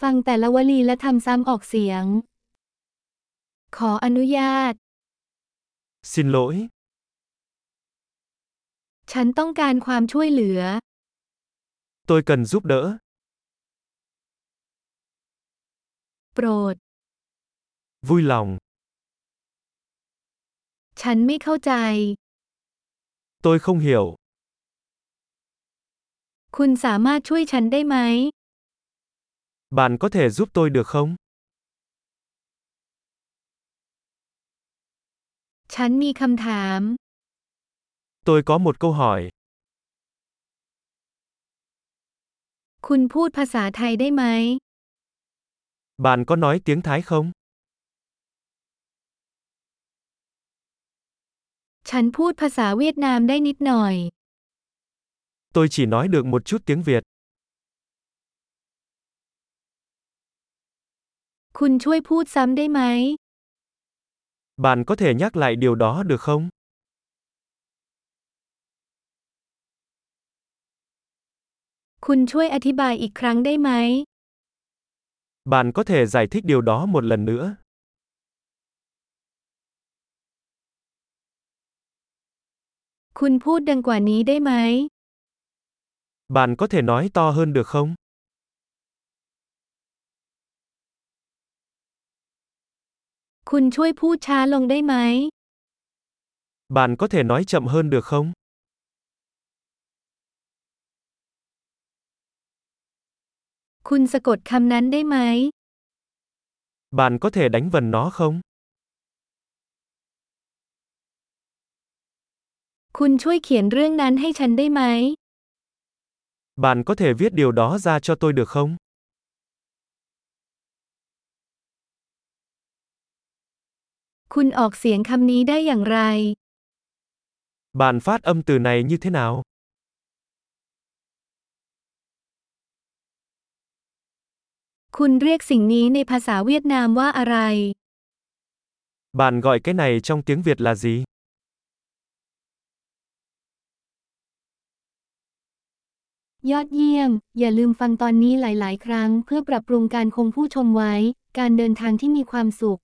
ฟังแต่ละวลีและทำซ้ำออกเสียง ขออนุญาต Xin lỗi, ฉันต้องการความช่วยเหลือ tôi cần giúp đỡ. โปรด Vui lòng, ฉันไม่เข้าใจ tôi không hiểu. คุณสามารถช่วยฉันได้ไหม Bạn có thể giúp tôi được không? ฉันมีคำถาม Tôi có một câu hỏi. คุณพูดภาษาไทยได้ไหม Bạn có nói tiếng Thái không? ฉันพูดภาษาเวียดนามได้นิดหน่อย Tôi chỉ nói được một chút tiếng Việt. คุณช่วยพูดซ้ำได้ไหม Bạn có thể nhắc lại điều đó được không? คุณช่วยอธิบายอีกครั้งได้ไหม Bạn có thể giải thích điều đó một lần nữa. คุณพูดดังกว่านี้ได้ไหม Bạn có thể nói to hơn được không? คุณช่วยพูดช้าลงได้ไหม Bạn có thể nói chậm hơn được không? คุณสะกดคำนั้นได้ไหม Bạn có thể đánh vần nó không? คุณช่วยเขียนเรื่องนั้นให้ฉันได้ไหม Bạn có thể viết điều đó ra cho tôi được không? คุณออกเสียงคำนี้ได้อย่างไร Bạn phát âm từ này như thế nào? คุณเรียกสิ่งนี้ในภาษาเวียดนามว่าอะไร Bạn gọi cái này trong tiếng Việt là gì? ยอดเยี่ยม อย่าลืมฟังตอนนี้หลาย ๆ ครั้ง เพื่อปรับปรุงการคงผู้ชมไว้ การเดินทางที่มีความสุข